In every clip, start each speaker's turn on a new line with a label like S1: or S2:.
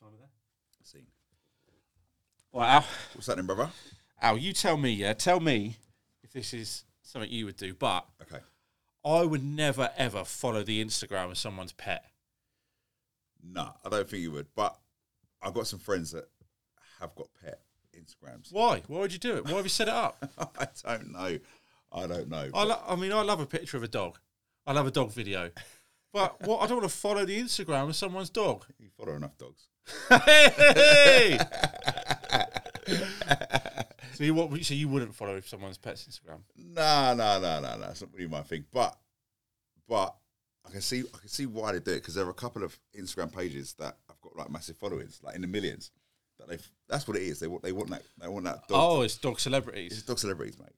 S1: time of there.
S2: Scene.
S3: Well, Al,
S2: What's happening, brother?
S3: Al, you tell me, yeah, tell me if this is something you would do, but
S2: Okay.
S3: I would never ever follow the Instagram of someone's pet.
S2: No, I don't think you would. But I've got some friends that have got pet Instagrams.
S3: Why? Why would you do it? Why have you set it up?
S2: I don't know. I don't know.
S3: I, lo- I mean, I love a picture of a dog. I love a dog video. But what I don't want to follow the Instagram of someone's dog.
S2: you follow enough dogs.
S3: Hey! so you what? So you wouldn't follow someone's pet's Instagram?
S2: No, no, no, no, no. It's not really my thing. But, but I can see, I can see why they do it because there are a couple of Instagram pages that have got like massive followings, like in the millions. That they, that's what it is. They want, they want that, they want that dog.
S3: Oh, it's dog
S2: It's
S3: celebrities.
S2: dog celebrities, mate.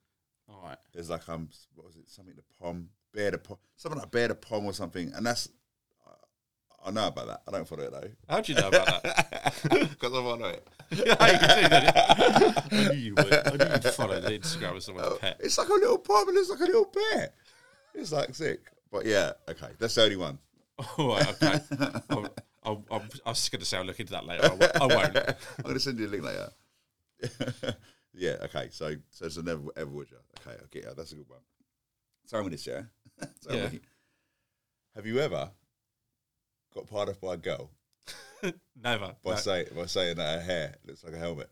S3: All right.
S2: There's like um, what was it? Something the pom, bear the pom, something like bear the pom or something. And that's, I I know about that. I don't follow it though.
S3: How do you know about that?
S2: Because I want it.
S3: How you do that? I knew you would. I knew you'd follow the Instagram of someone's pet.
S2: It's like a little pub and it's like a little bear. It's like sick. But yeah, okay. That's the only one.
S3: All right. Okay. I'm, I'm, I'm, I was going to say I'll look into that later. I won't. I won't.
S2: I'm gonna send you a link later. yeah, okay. So so it's a never ever would you. Okay, okay, yeah, that's a good one. Tell me this, yeah. Tell
S3: Yeah.
S2: me. Have you ever got part of by a girl
S3: Never.
S2: by
S3: No.
S2: say by saying that her hair looks like a helmet?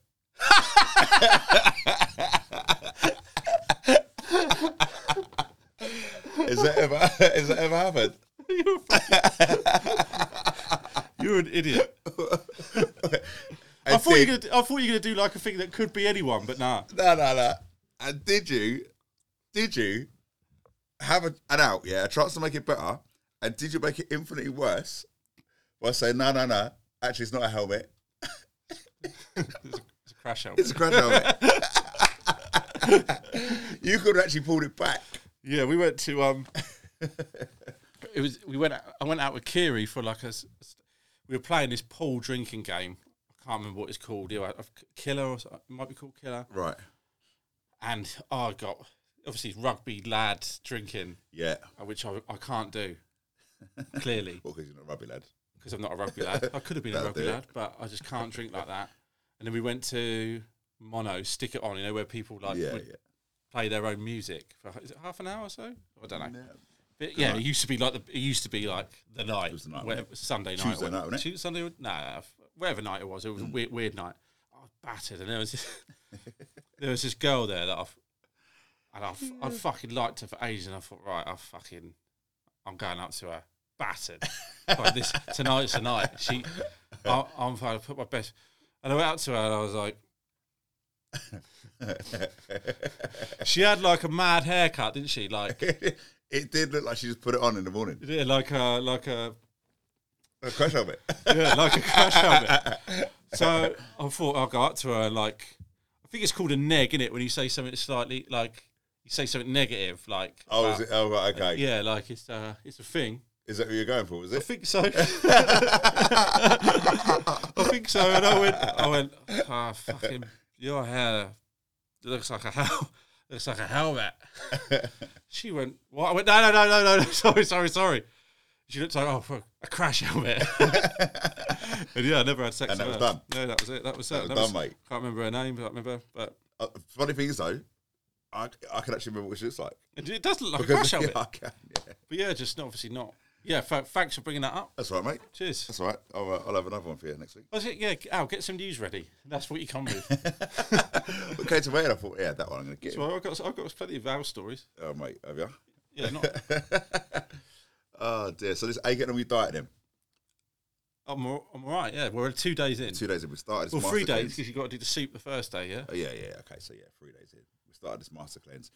S2: Is that ever? Has that ever happened?
S3: You're, fucking- You're an idiot. I thought, you
S2: did-
S3: were gonna, I thought you were going to do like a thing that could be anyone, but nah.
S2: No, no, no. And did you, did you have a, an out? Yeah, a chance to make it better. And did you make it infinitely worse by saying, no, no, no? Actually, it's not a helmet.
S3: It's a, it's a crash out.
S2: It's a crash helmet. you could have actually pulled it back.
S3: Yeah, we went to um. it was we went. out- I went out with Kiri for like a. s- s- We were playing this pool drinking game. I can't remember what it's called. You know, a- killer or so- it might be called killer.
S2: Right.
S3: And oh, I got obviously rugby lad drinking,
S2: Yeah.
S3: uh, which I, I can't do. Clearly,
S2: Well, because you're not a rugby lad.
S3: because I'm not a rugby lad. I could have been a
S2: That'll
S3: rugby
S2: do it.
S3: lad, but I just can't drink like that. And then we went to Mono, stick it on. You know where people like
S2: yeah,
S3: would play their own music for is it half an hour or so? I don't know.
S2: yeah. No.
S3: But yeah, it used to be like the it used to be like the night,
S2: was the night,
S3: whatever- Sunday night,
S2: Tuesday
S3: or-
S2: night, wasn't it? Mm.
S3: Tu- Sunday, nah, whatever night it was. It was a weird, weird night. I was battered, and there was this, there was this girl there that I've and I've I fucking liked her for ages, and I thought, right, I fucking I'm going up to her battered. like this tonight's the night. She, I, I'm trying to put my best, and I went up to her, and I was like, she had like a mad haircut, didn't she? Like.
S2: it did look like she just put it on in the morning.
S3: Yeah, like a like a
S2: A crash helmet.
S3: yeah, like a crash helmet. So I thought I'll go up to her and like I think it's called a neg, is it? When you say something slightly like you say something negative, like
S2: Oh,
S3: about-
S2: is it? Oh, right, okay.
S3: yeah, like it's uh it's a thing.
S2: Is that who you're going for? Was
S3: I
S2: it?
S3: think so. I think so. And I went, I went, ah, fucking, your hair looks like a hell, looks like a helmet. she went, what? I went, no, no, no, no, no, no, sorry, sorry, sorry. She looked like, oh, fuck, a crash helmet. and yeah, I never had sex.
S2: And that
S3: with
S2: was
S3: her.
S2: done.
S3: No, that was it. That was it.
S2: That was done, mate.
S3: Can't remember her name, but I remember, but
S2: Uh, funny thing is though, I, I can actually remember what she looks like.
S3: it, it does look like a
S2: Because-
S3: crash helmet.
S2: yeah, I can, yeah.
S3: But yeah, just obviously not. Yeah, fa- thanks for bringing that up.
S2: That's all right, mate.
S3: Cheers.
S2: That's all right. I'll, uh, I'll have another one for you next week.
S3: Was it? Yeah, Al, get some news ready. That's what you come with.
S2: But came to me and I thought, yeah, that one I'm going to get.
S3: well, I've got I've got plenty of Al stories.
S2: Oh, mate, have you?
S3: Yeah, not.
S2: Oh, dear. So this, are you getting on with your diet then?
S3: I'm all, I'm all right. Yeah, we're two days in.
S2: Two days in, we started this
S3: well, three
S2: master
S3: days
S2: cleanse.
S3: because you got to do the soup the first day. Yeah.
S2: Oh, yeah, yeah. Okay, so yeah, three days in. We started this master cleanse.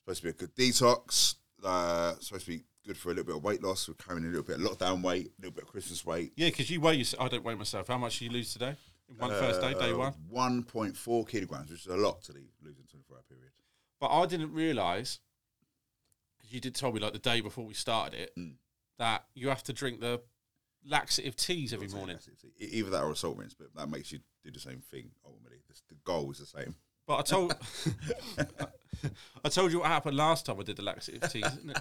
S2: Supposed to be a good detox. Uh, supposed to be good for a little bit of weight loss. We're carrying a little bit of lockdown weight, a little bit of Christmas weight.
S3: Yeah, because you weigh yourself. I don't weigh myself. How much did you lose today? In One first day,
S2: Uh,
S3: day one.
S2: One point four kilograms, which is a lot to leave, lose in twenty four hour period.
S3: But I didn't realise because you did tell me like the day before we started it that you have to drink the laxative teas every
S2: Take
S3: morning.
S2: laxative tea. E- Either that or assault rinse, but that makes you do the same thing ultimately. The, the goal is the same.
S3: But I told I told you what happened last time I did the laxative teas, didn't it?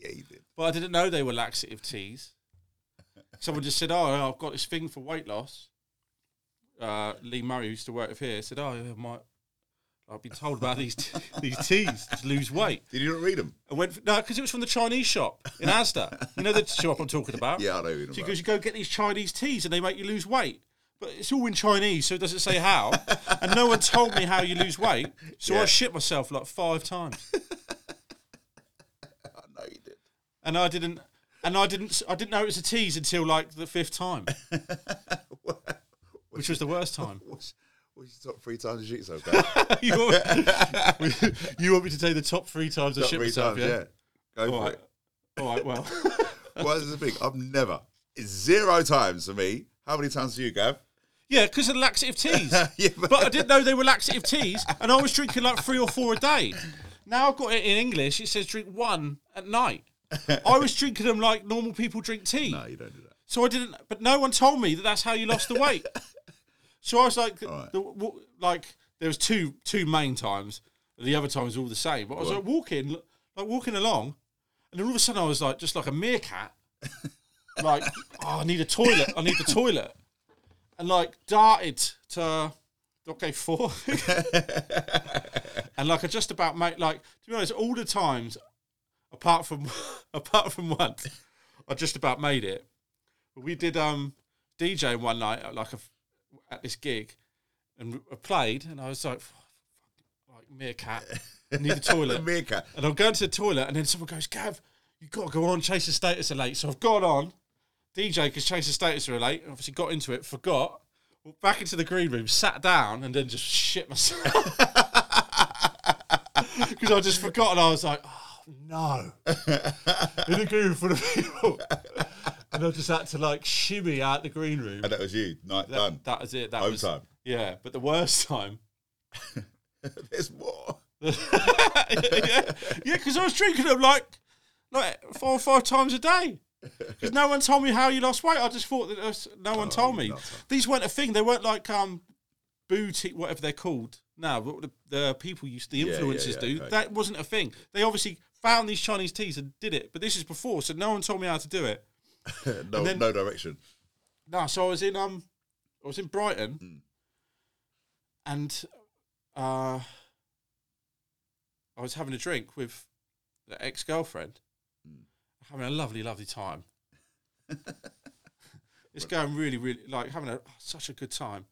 S2: Yeah, you did.
S3: But I didn't know they were laxative teas. Someone just said, "Oh, I've got this thing for weight loss." Uh, Lee Murray who used to work with here. Said, "Oh, I might." I've been told about these these teas to lose weight.
S2: Did you not read them?
S3: I went no because it was from the Chinese shop in Asda. You know the shop I'm talking about.
S2: Yeah, I know. Read them
S3: Oh. She
S2: about.
S3: goes, you go get these Chinese teas and they make you lose weight. But it's all in Chinese, so it doesn't say how. and no one told me how you lose weight, so I
S2: Yeah.
S3: shit myself like five times.
S2: I know you did.
S3: And I didn't, and I didn't, I didn't know it was a tease until like the fifth time, which was the worst time.
S2: What's, what's your top three times you shit so bad?
S3: you, want, you want me to tell you the top three times I
S2: top
S3: shit
S2: three
S3: myself?
S2: times,
S3: yeah.
S2: yeah. Go
S3: All
S2: for
S3: right.
S2: it.
S3: All right. Well,
S2: Well, this is the thing. I've never. It's zero times for me. How many times do you, Gav?
S3: yeah, because of the laxative teas.
S2: Yeah,
S3: but, I didn't know they were laxative teas, and I was drinking like three or four a day. Now I've got it in English. It says drink one at night. I was drinking them like normal people drink tea.
S2: No, you don't do that.
S3: So I didn't, but no one told me that that's how you lost the weight. so I was like,
S2: right.
S3: the, w- like there was two two main times. The other times were all the same. But I was
S2: Right.
S3: like walking, like walking along, and then all of a sudden I was like, just like a meerkat, like oh, I need a toilet, I need the toilet, and like darted to okay four, and like I just about made like to be honest, all the times apart from apart from once, I just about made it. But we did um DJ one night at like a, at this gig, and we- I played, and I was like, "Fuck, fuck, like meerkat, I need a
S2: The
S3: toilet.
S2: meerkat.
S3: And I'm going to the toilet, and then someone goes, Gav, you got to go on, Chase the Status are late. So I've gone on. DJ, because Chase the Status are late, obviously got into it, forgot, walked back into the green room, sat down, and then just shit myself. Because I just forgot, and I was like, oh, no. In the green room full of people. And I just had to like shimmy out the green room.
S2: And that was you. Night done.
S3: That was it. That
S2: Home
S3: was
S2: time.
S3: Yeah, but the worst time.
S2: There's more.
S3: yeah, because I was drinking them like like four or five times a day. Because no one told me how you lost weight. I just thought that it was- no
S2: Oh,
S3: one told me. These weren't a thing. They weren't like um boutique, whatever they're called. Now, what the, the people used, the
S2: yeah,
S3: influencers
S2: yeah,
S3: do.
S2: okay.
S3: That wasn't a thing. They obviously found these Chinese teas and did it. But this is before, so no one told me how to do it.
S2: No,
S3: then-
S2: no direction.
S3: No, so I was in um, I was in Brighton, and uh, I was having a drink with the ex girlfriend, having a lovely, lovely time. it's going really, really like having a such a good time,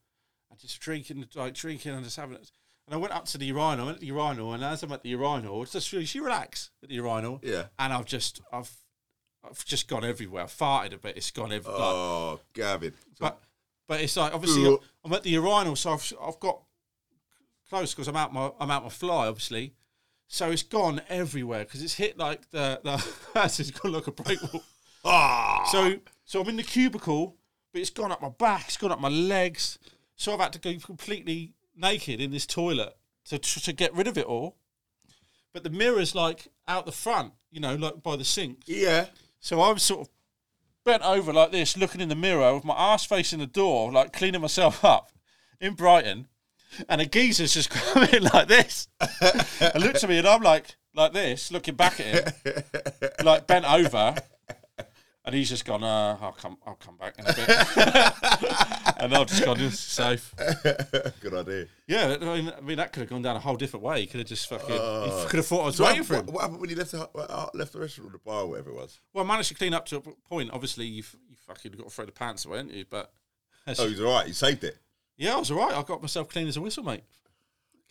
S3: and just drinking, like drinking and just having. it. And I went up to the urinal, I went to the urinal, and as I'm at the urinal, it's just really, she relaxed at the urinal,
S2: Yeah.
S3: and I've just, I've, I've just gone everywhere. I farted a bit. It's gone everywhere.
S2: Oh, Gavin.
S3: But but it's like obviously
S2: Ugh.
S3: I'm at the urinal, so I've, I've got close because I'm out my I'm out my fly obviously, so it's gone everywhere because it's hit like the the it's gone like a break wall.
S2: Ah.
S3: So so I'm in the cubicle, but it's gone up my back, it's gone up my legs, so I've had to go completely naked in this toilet to to, to get rid of it all. But the mirror's like out the front, you know, like by the sink.
S2: Yeah.
S3: So I was sort of bent over like this, looking in the mirror with my ass facing the door, like cleaning myself up in Brighton. And a geezer's just come in like this. and looked at me and I'm like, like this, looking back at him, like bent over. And he's just gone, uh, I'll come I'll come back in a bit. and I've just gone, it's safe.
S2: Good idea.
S3: Yeah, I mean, I mean, that could have gone down a whole different way. He could have just fucking, he could have thought I was waiting for him.
S2: what, what happened when you left the hu- uh, left the restaurant, or the bar, or whatever it was?
S3: Well, I managed to clean up to a point. Obviously, you've, you fucking got to throw the pants away, haven't you? But
S2: Oh, he's all right. He saved it.
S3: yeah, I was all right. I got myself clean as a whistle, mate.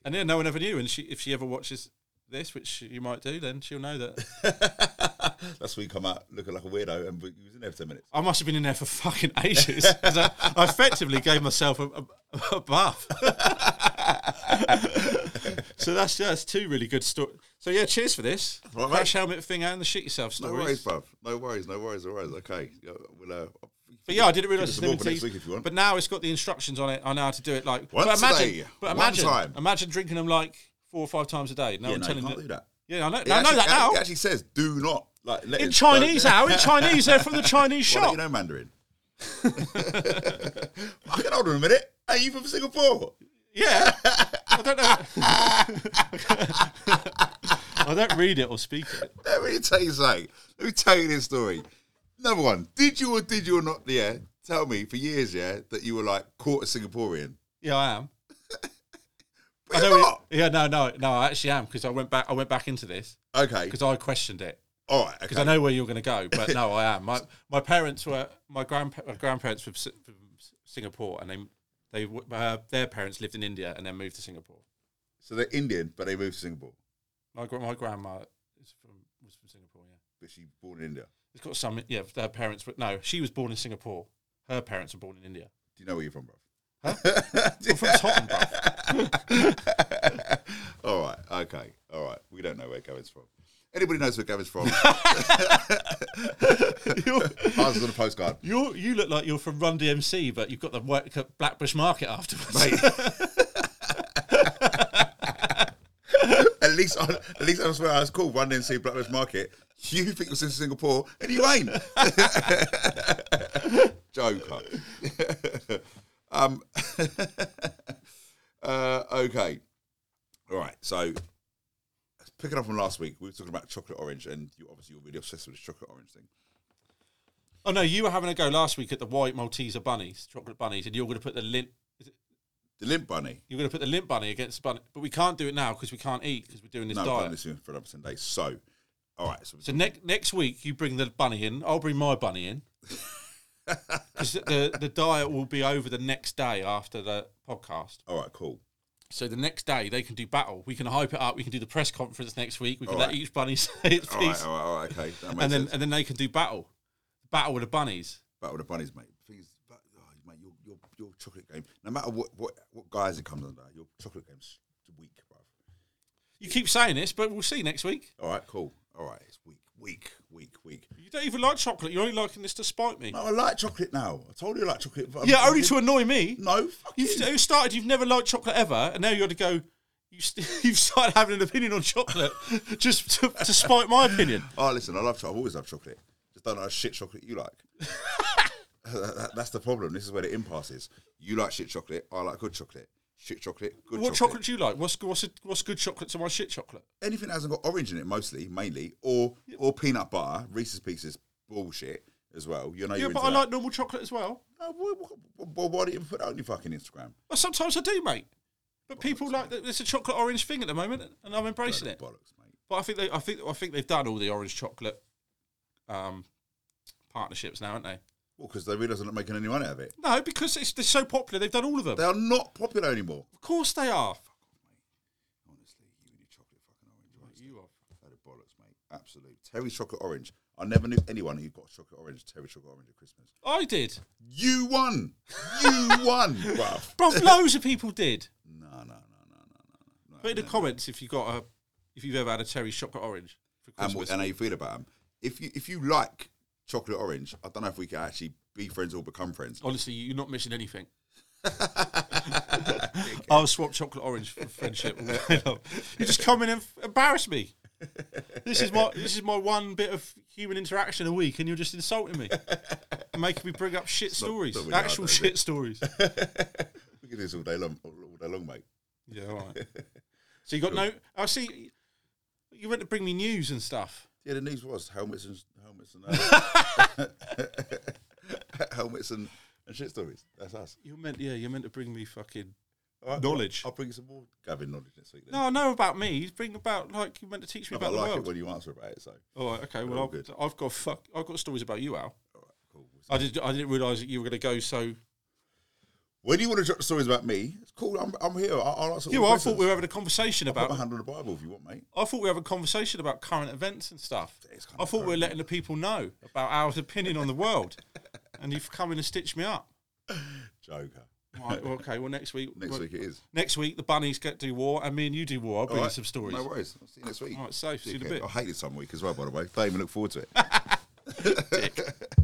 S3: And yeah, no one ever knew. And she, if she ever watches this, which you might do, then she'll know that
S2: That's when you come out looking like a weirdo, and we- you was in there for ten minutes.
S3: I must have been in there for fucking ages. 'cause I, I effectively gave myself a, a, a bath. so that's yeah, that's two really good stories. So yeah, cheers for this
S2: Right, mate.
S3: crash helmet thing and the shit yourself
S2: No
S3: stories.
S2: worries, bruv. No worries. No worries. No worries. Okay. Yeah, We'll, uh,
S3: But yeah, I didn't realise
S2: us
S3: it's
S2: some more for
S3: limited.
S2: next week if you want.
S3: But now it's got the instructions on it on how to do it. Like,
S2: Once
S3: but
S2: a
S3: imagine,
S2: day,
S3: but
S2: one
S3: imagine,
S2: time.
S3: imagine drinking them like four or five times a day. No one
S2: yeah, no, you
S3: telling
S2: can't
S3: you.
S2: do that.
S3: Yeah, I know.
S2: It
S3: I know
S2: actually-
S3: that now.
S2: It actually says, "Do not like let
S3: in
S2: it-
S3: Chinese,
S2: don't-
S3: how in Chinese, they're from the Chinese
S2: Why don't
S3: shop.
S2: uh, you know Mandarin? I can hold on a minute. Are you from Singapore?
S3: Yeah, I don't know. I don't read it or speak it.
S2: Let me tell you something. Let me tell you this story. Another one. Did you or did you or not? Yeah. Tell me for years, yeah, that you were like quarter Singaporean.
S3: Yeah, I am.
S2: But
S3: I
S2: you're
S3: know.
S2: not.
S3: it- Yeah, no, no, no. I actually am because I went back. I went back into this
S2: okay.
S3: because I questioned it.
S2: All right.
S3: because
S2: Okay.
S3: I know where you're going to go. But no, I am. My my parents were my grandpa- my grandparents were s- from S- Singapore, and they they w- uh, their parents lived in India and then moved to Singapore.
S2: So they're Indian, but they moved to Singapore.
S3: My gra- my grandma is from was from Singapore. Yeah,
S2: But she born in India.
S3: it's got some. Yeah, their parents. were No, she was born in Singapore. Her parents were born in India.
S2: Do you know where you're from, bro?
S3: I'm from Tottenham, bruv.
S2: All right. Okay. All right. We don't know where Gavin's from. Anybody knows where Gavin's from? Pass us on a postcard.
S3: You you look like you're from Run DMC, but you've got the work at Blackbush Market afterwards.
S2: Mate. at least, I, at least I swear I was called Run DMC Black Lives Market. You think you're in Singapore, and you ain't. Joker. um. uh, okay. All right. So, picking up from last week, we were talking about chocolate orange, and you obviously you're really obsessed with this chocolate orange thing.
S3: Oh no, you were having a go last week at the white Malteser bunnies, chocolate bunnies, and you're going to put the lint
S2: The limp bunny.
S3: You're going to put the limp bunny against the bunny, but we can't do it now because we can't eat because we're doing this
S2: No, I've done
S3: diet.
S2: this for another ten days. So, all right. So,
S3: So next next week you bring the bunny in. I'll bring my bunny in because the the diet will be over the next day after the podcast.
S2: all right. Cool.
S3: So the next day they can do battle. We can hype it up. We can do the press conference next week. We can
S2: All
S3: let
S2: right.
S3: each bunny say its
S2: All
S3: piece,
S2: right. All right. All right. Okay. That makes
S3: and then
S2: sense.
S3: and then they can do battle, battle with the bunnies.
S2: battle of the bunnies, mate. The thing is, but, oh, mate, your, your your chocolate game. No matter what what what guys it comes under, your chocolate game's weak, bruv.
S3: You keep saying this, but we'll see next week.
S2: All right, cool. All right, it's weak, weak, weak, weak.
S3: You don't even like chocolate. You're only liking this to spite me.
S2: No, I like chocolate now. I told you I like chocolate. But I'm-
S3: Yeah, only
S2: I'm-
S3: to annoy me.
S2: No, fuck you.
S3: You've you started. You've never liked chocolate ever, and now you got to go. You st- you've started having an opinion on chocolate just to, to spite my opinion.
S2: Oh, listen, I love chocolate. I've always loved chocolate. Just don't like shit chocolate you like. That- that- that's the problem. This is where the impasse is. You like shit chocolate. I like good chocolate. Shit chocolate, good
S3: What
S2: chocolate.
S3: chocolate do you like? What's what's what's good chocolate to my shit chocolate?
S2: anything that hasn't got orange in it, mostly, mainly, or or peanut butter, Reese's Pieces, bullshit as well. You know,
S3: Yeah,
S2: you're
S3: but
S2: into
S3: I
S2: that.
S3: like normal chocolate as well.
S2: No, why, why- why, why don't you put that on your fucking Instagram?
S3: Well, sometimes I do, mate. But people like there's a chocolate orange thing at the moment, and I'm embracing it.
S2: Bollocks, mate.
S3: But I think they, I think I think they've done all the orange chocolate um, partnerships now, haven't they?
S2: Well, because they realise they're not making any money out of it.
S3: No, because it's they're so popular, they've done all of them.
S2: They are not popular anymore.
S3: of course they are.
S2: Honestly, you and your chocolate fucking orange. Honestly,
S3: You are.
S2: that are bollocks, mate. Absolute. Terry chocolate orange. I never knew anyone who got chocolate orange, Terry chocolate orange at Christmas.
S3: I did,
S2: You won. You won, bruv.
S3: bro. Loads of people did.
S2: No, no, no, no, no, no, no.
S3: Put in the comments if you got a if you've ever had a cherry chocolate orange for
S2: and,
S3: Christmas.
S2: and how you feel about them. If you if you like chocolate orange, I don't know if we can actually be friends or become friends.
S3: Honestly, you're not missing anything. I'll swap chocolate orange for friendship. all day long. you just come in and f- embarrass me. This is my this is my one bit of human interaction a week, and you're just insulting me, and making me bring up shit stories,
S2: not really hard,
S3: actual
S2: though, is
S3: shit stories.
S2: We can do this all day long, all, all day long, mate.
S3: Yeah, all right. So you got no? I see. You went to bring me news and stuff.
S2: Yeah, the news was helmets and helmets and uh, helmets and, and shit stories. That's us.
S3: You meant yeah, you meant to bring me fucking
S2: All right,
S3: Knowledge.
S2: I'll, I'll bring some more Gavin knowledge next week. Then.
S3: No, I know about me. You bring about like you meant to teach me
S2: Oh, I
S3: about the
S2: like it
S3: world.
S2: when you answer about it. So,
S3: All right, okay.
S2: all
S3: Well,
S2: good.
S3: I've, I've got fuck. I've got stories about you, Al.
S2: all right, cool.
S3: I did. I didn't realise that you were going to go so.
S2: When you want to drop the stories about me, it's cool. I'm, I'm here. I'll, I'll answer. all
S3: You,
S2: the
S3: I thought
S2: questions.
S3: we were having a conversation
S2: Put my
S3: about.
S2: hand on the Bible if you want, mate.
S3: I thought we were having a conversation about current events and stuff.
S2: It's kind
S3: I
S2: of
S3: thought we were
S2: current.
S3: letting the people know about our opinion on the world, and you've come in and stitched me up.
S2: Joker.
S3: All right, well, okay. Well, next week.
S2: Next
S3: well,
S2: week it is.
S3: Next week, the bunnies get do war, and me and you do war. I'll bring you
S2: Alright,
S3: some stories.
S2: No worries. I'll see you next week.
S3: All right, safe. See you in a
S2: Dickhead.
S3: bit.
S2: I hated some week as well, by the way. Don't even look forward to it.